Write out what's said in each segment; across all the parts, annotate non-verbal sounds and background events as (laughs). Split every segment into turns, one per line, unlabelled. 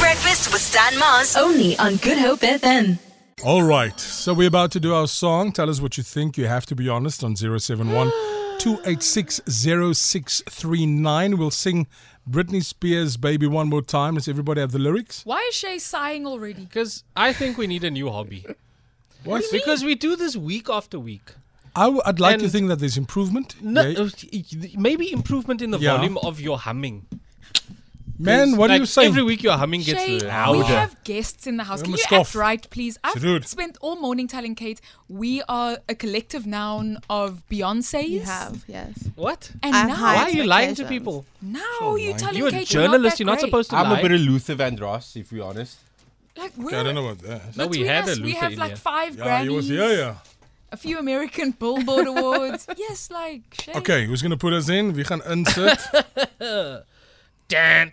Breakfast with Stan Mars. Only on Good Hope FM.
All right, so we're about to do our song. Tell us what you think. You have to be honest on
(gasps)
071 286 0639. We'll sing Britney Spears' Baby one more time. Does everybody have the lyrics?
Why is Shay sighing already?
Because I think we need a new hobby.
What?
Because we do this week after week.
I w- I'd like to
And-
think that there's improvement.
No, uh,
Yeah.
maybe improvement in the
Yeah.
volume of your humming.
Man, what
like,
are you saying?
Every week your humming gets uh,
Shay, we
louder.
have guests in the house.
I'm
Can
a
you
scoff.
act right, please? I've
Dude.
spent all morning telling Kate we are a collective noun of Beyonce's.
You have, yes.
what?
And
I've
now,
Why
high
are you lying to
expectations.
people?
now you're telling
You're a
Kate
journalist. You're not
that
supposed to
I'm
lie.
a bit of Luther Vandross, if we're honest.
great. Like, we're,
I don't know about that.
no, we
between
had
us,
a
we
Luther
have
in
like
here.
five
Yeah, he was
Grammys,
yeah, yeah.
a few American
(laughs)
Billboard awards. yes, like Shay.
Okay, who's going to put us in? We gaan
(laughs)
insert.
Dan,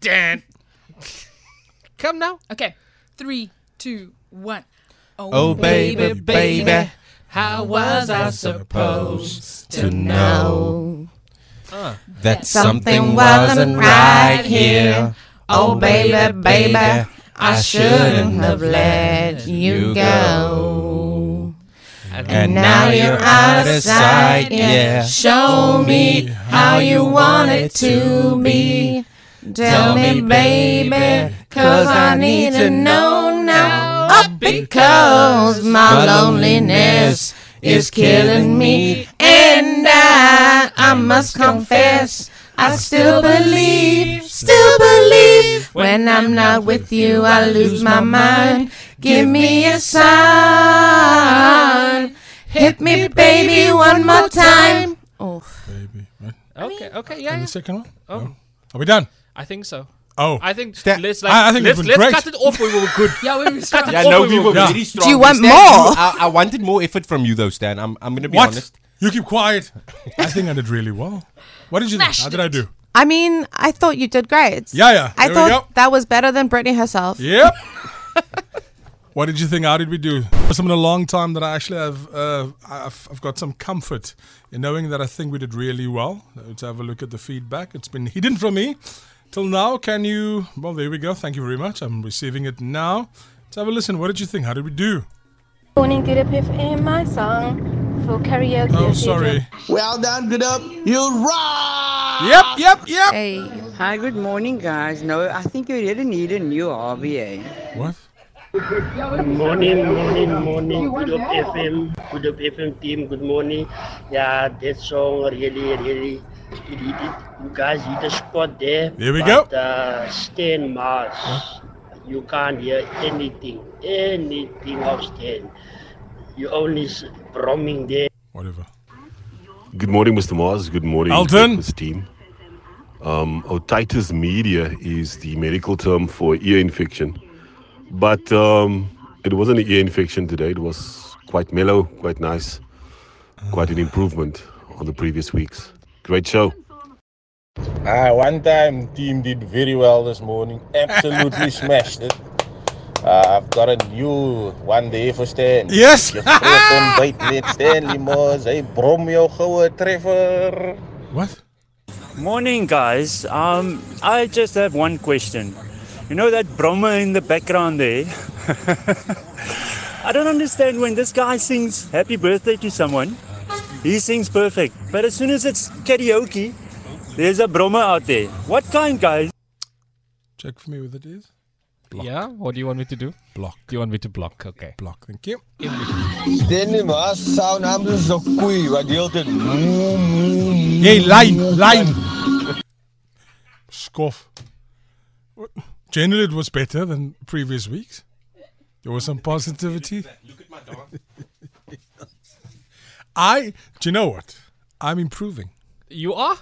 Dan. Come now.
Okay, three, two, one.
Oh, baby, baby,
how was I supposed?
to know that something
wasn't
wasn't
right
right here. Oh, baby, baby, I shouldn't have let you go. And now you're out of sight, yeah. Show me how you want it to be. Tell me, baby, cause I need to know now. Oh, because my loneliness is killing me. And I, I must confess, I still believe, still believe. When I'm not with you, I lose my mind. Give me a sign. Hit me, baby, one more time.
Oh,
Baby. Right.
Okay, okay,
And
yeah.
the
yeah.
second one? Oh. Are we done?
I think so.
Oh.
I think
Stan-
let's like
I- I think
let's,
we've been
let's
great.
cut it off. We were good.
(laughs) Yeah,
(laughs)
we were struck.
Yeah, no, we were
Yeah.
very strong.
Do you want
Stan,
more?
I, I wanted more effort from you, though, Stan. I'm, I'm going to be
what?
honest.
You keep
(laughs)
quiet. I think I did really well. What did you think?
Smashed
How did I do?
I mean, I thought you did great.
Yeah, yeah.
I
There we
thought
go.
that was better than Britney herself.
Yep. (laughs) what did you think? How did we do? It's been a long time that I actually have. Uh, I've, I've got some comfort in knowing that I think we did really well. Let's have a look at the feedback. It's been (laughs) hidden from me till now. Can you? Well, there we go. Thank you very much. I'm receiving it now. Let's have a listen. What did you think? How did we do?
Morning, good up FM, my song for karaoke.
Oh, sorry.
Well done, good up. You rock!
Yep, yep, yep.
Hey.
Hi, good morning, guys. No, I think you really need a new hobby, eh?
What?
Morning, morning, morning. Good up FM, good up FM team. Good morning. Yeah, that song really, really, it, it, it, you guys hit the spot there.
There we
but,
go.
Uh, Stan Mars, you can't hear anything, anything of Stan. You only s- brumming there.
Whatever.
Good morning, Mr. Mars. Good morning,
Elton.
Breakfast team. Um, otitis media is the medical term for ear infection, but um, it wasn't an ear infection today. It was quite mellow, quite nice, quite an improvement on the previous weeks. Great show.
Ah, one time team did very well this morning. Absolutely smashed it. Uh, I've got a new one day for Stan.
Yes.
Je groot ontbijt met Stanley Moss. Hey, brom jou gouden treffer.
What?
Morning, guys. Um, I just have one question. You know that Brahma in the background there? I don't understand when this guy sings happy birthday to someone, he sings perfect. But as soon as it's karaoke, there's a Brahma out there. What kind, guys?
Check for me what it is.
Yeah. What do you want me to do? Block. You want me to block? Okay.
Block. Thank you.
Stanley Moss sound anders dan koei. Wat deelt het?
Hey, line, line. Scoff. What- Generally, it was better than previous weeks. There was some positivity. I, do you know what? I'm improving.
You are.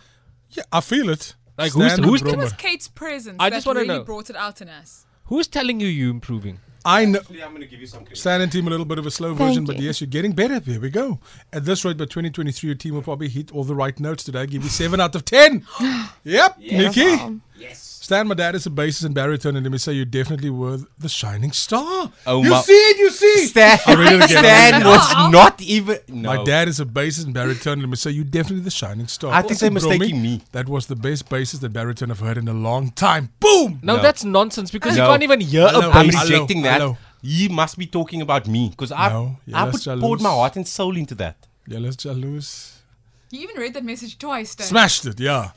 Yeah, I feel it.
Like, who's-
Stan
who's-
Brommer.
It was Kate's presence
I
that
just wanna
really
know.
brought it out in us.
Who's telling you you improving?
I know.
I'm going to give you some credit.
Stan and team a little bit of a slow version, but
you.
yes, you're getting better. Here we go. At this rate, by 2023, your team will probably hit all the right notes today. I give you seven out of ten. yep, Nikki. Yes. Stan, my dad is a bassist and baritone, and let me say you definitely were the shining star.
Oh,
you
my-
see it, you see.
Stan-
I'll read it again.
Stan
I'll read it
was
again.
not even- No.
My dad is a bassist and baritone, let me say you definitely the shining star.
I think they're
Also, Bromi,
mistaking me.
That was the best bassist and baritone I've heard in a long time. Boom.
No, that's nonsense because
No.
you can't even hear a
I'm
bass.
rejecting that.
hello.
You must be talking about me because I
No, yeah,
I
that's
put,
jalouse.
poured my heart and soul into that.
Yeah, let's jalouse.
You even read that message twice, Stan.
Smashed it, yeah.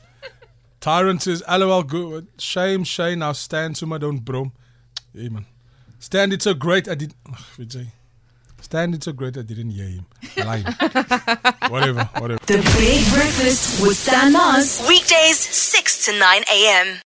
Tyrant says, LOL, good. Shame, shame. Now stand to my don't brom. Hey, man. Stand it so great I did. Ugh, Vijay. Stand it so great I didn't hear him. Lying. (laughs) whatever, whatever.
The Big Breakfast with Stan Mars. Weekdays, 6 to 9 a.m.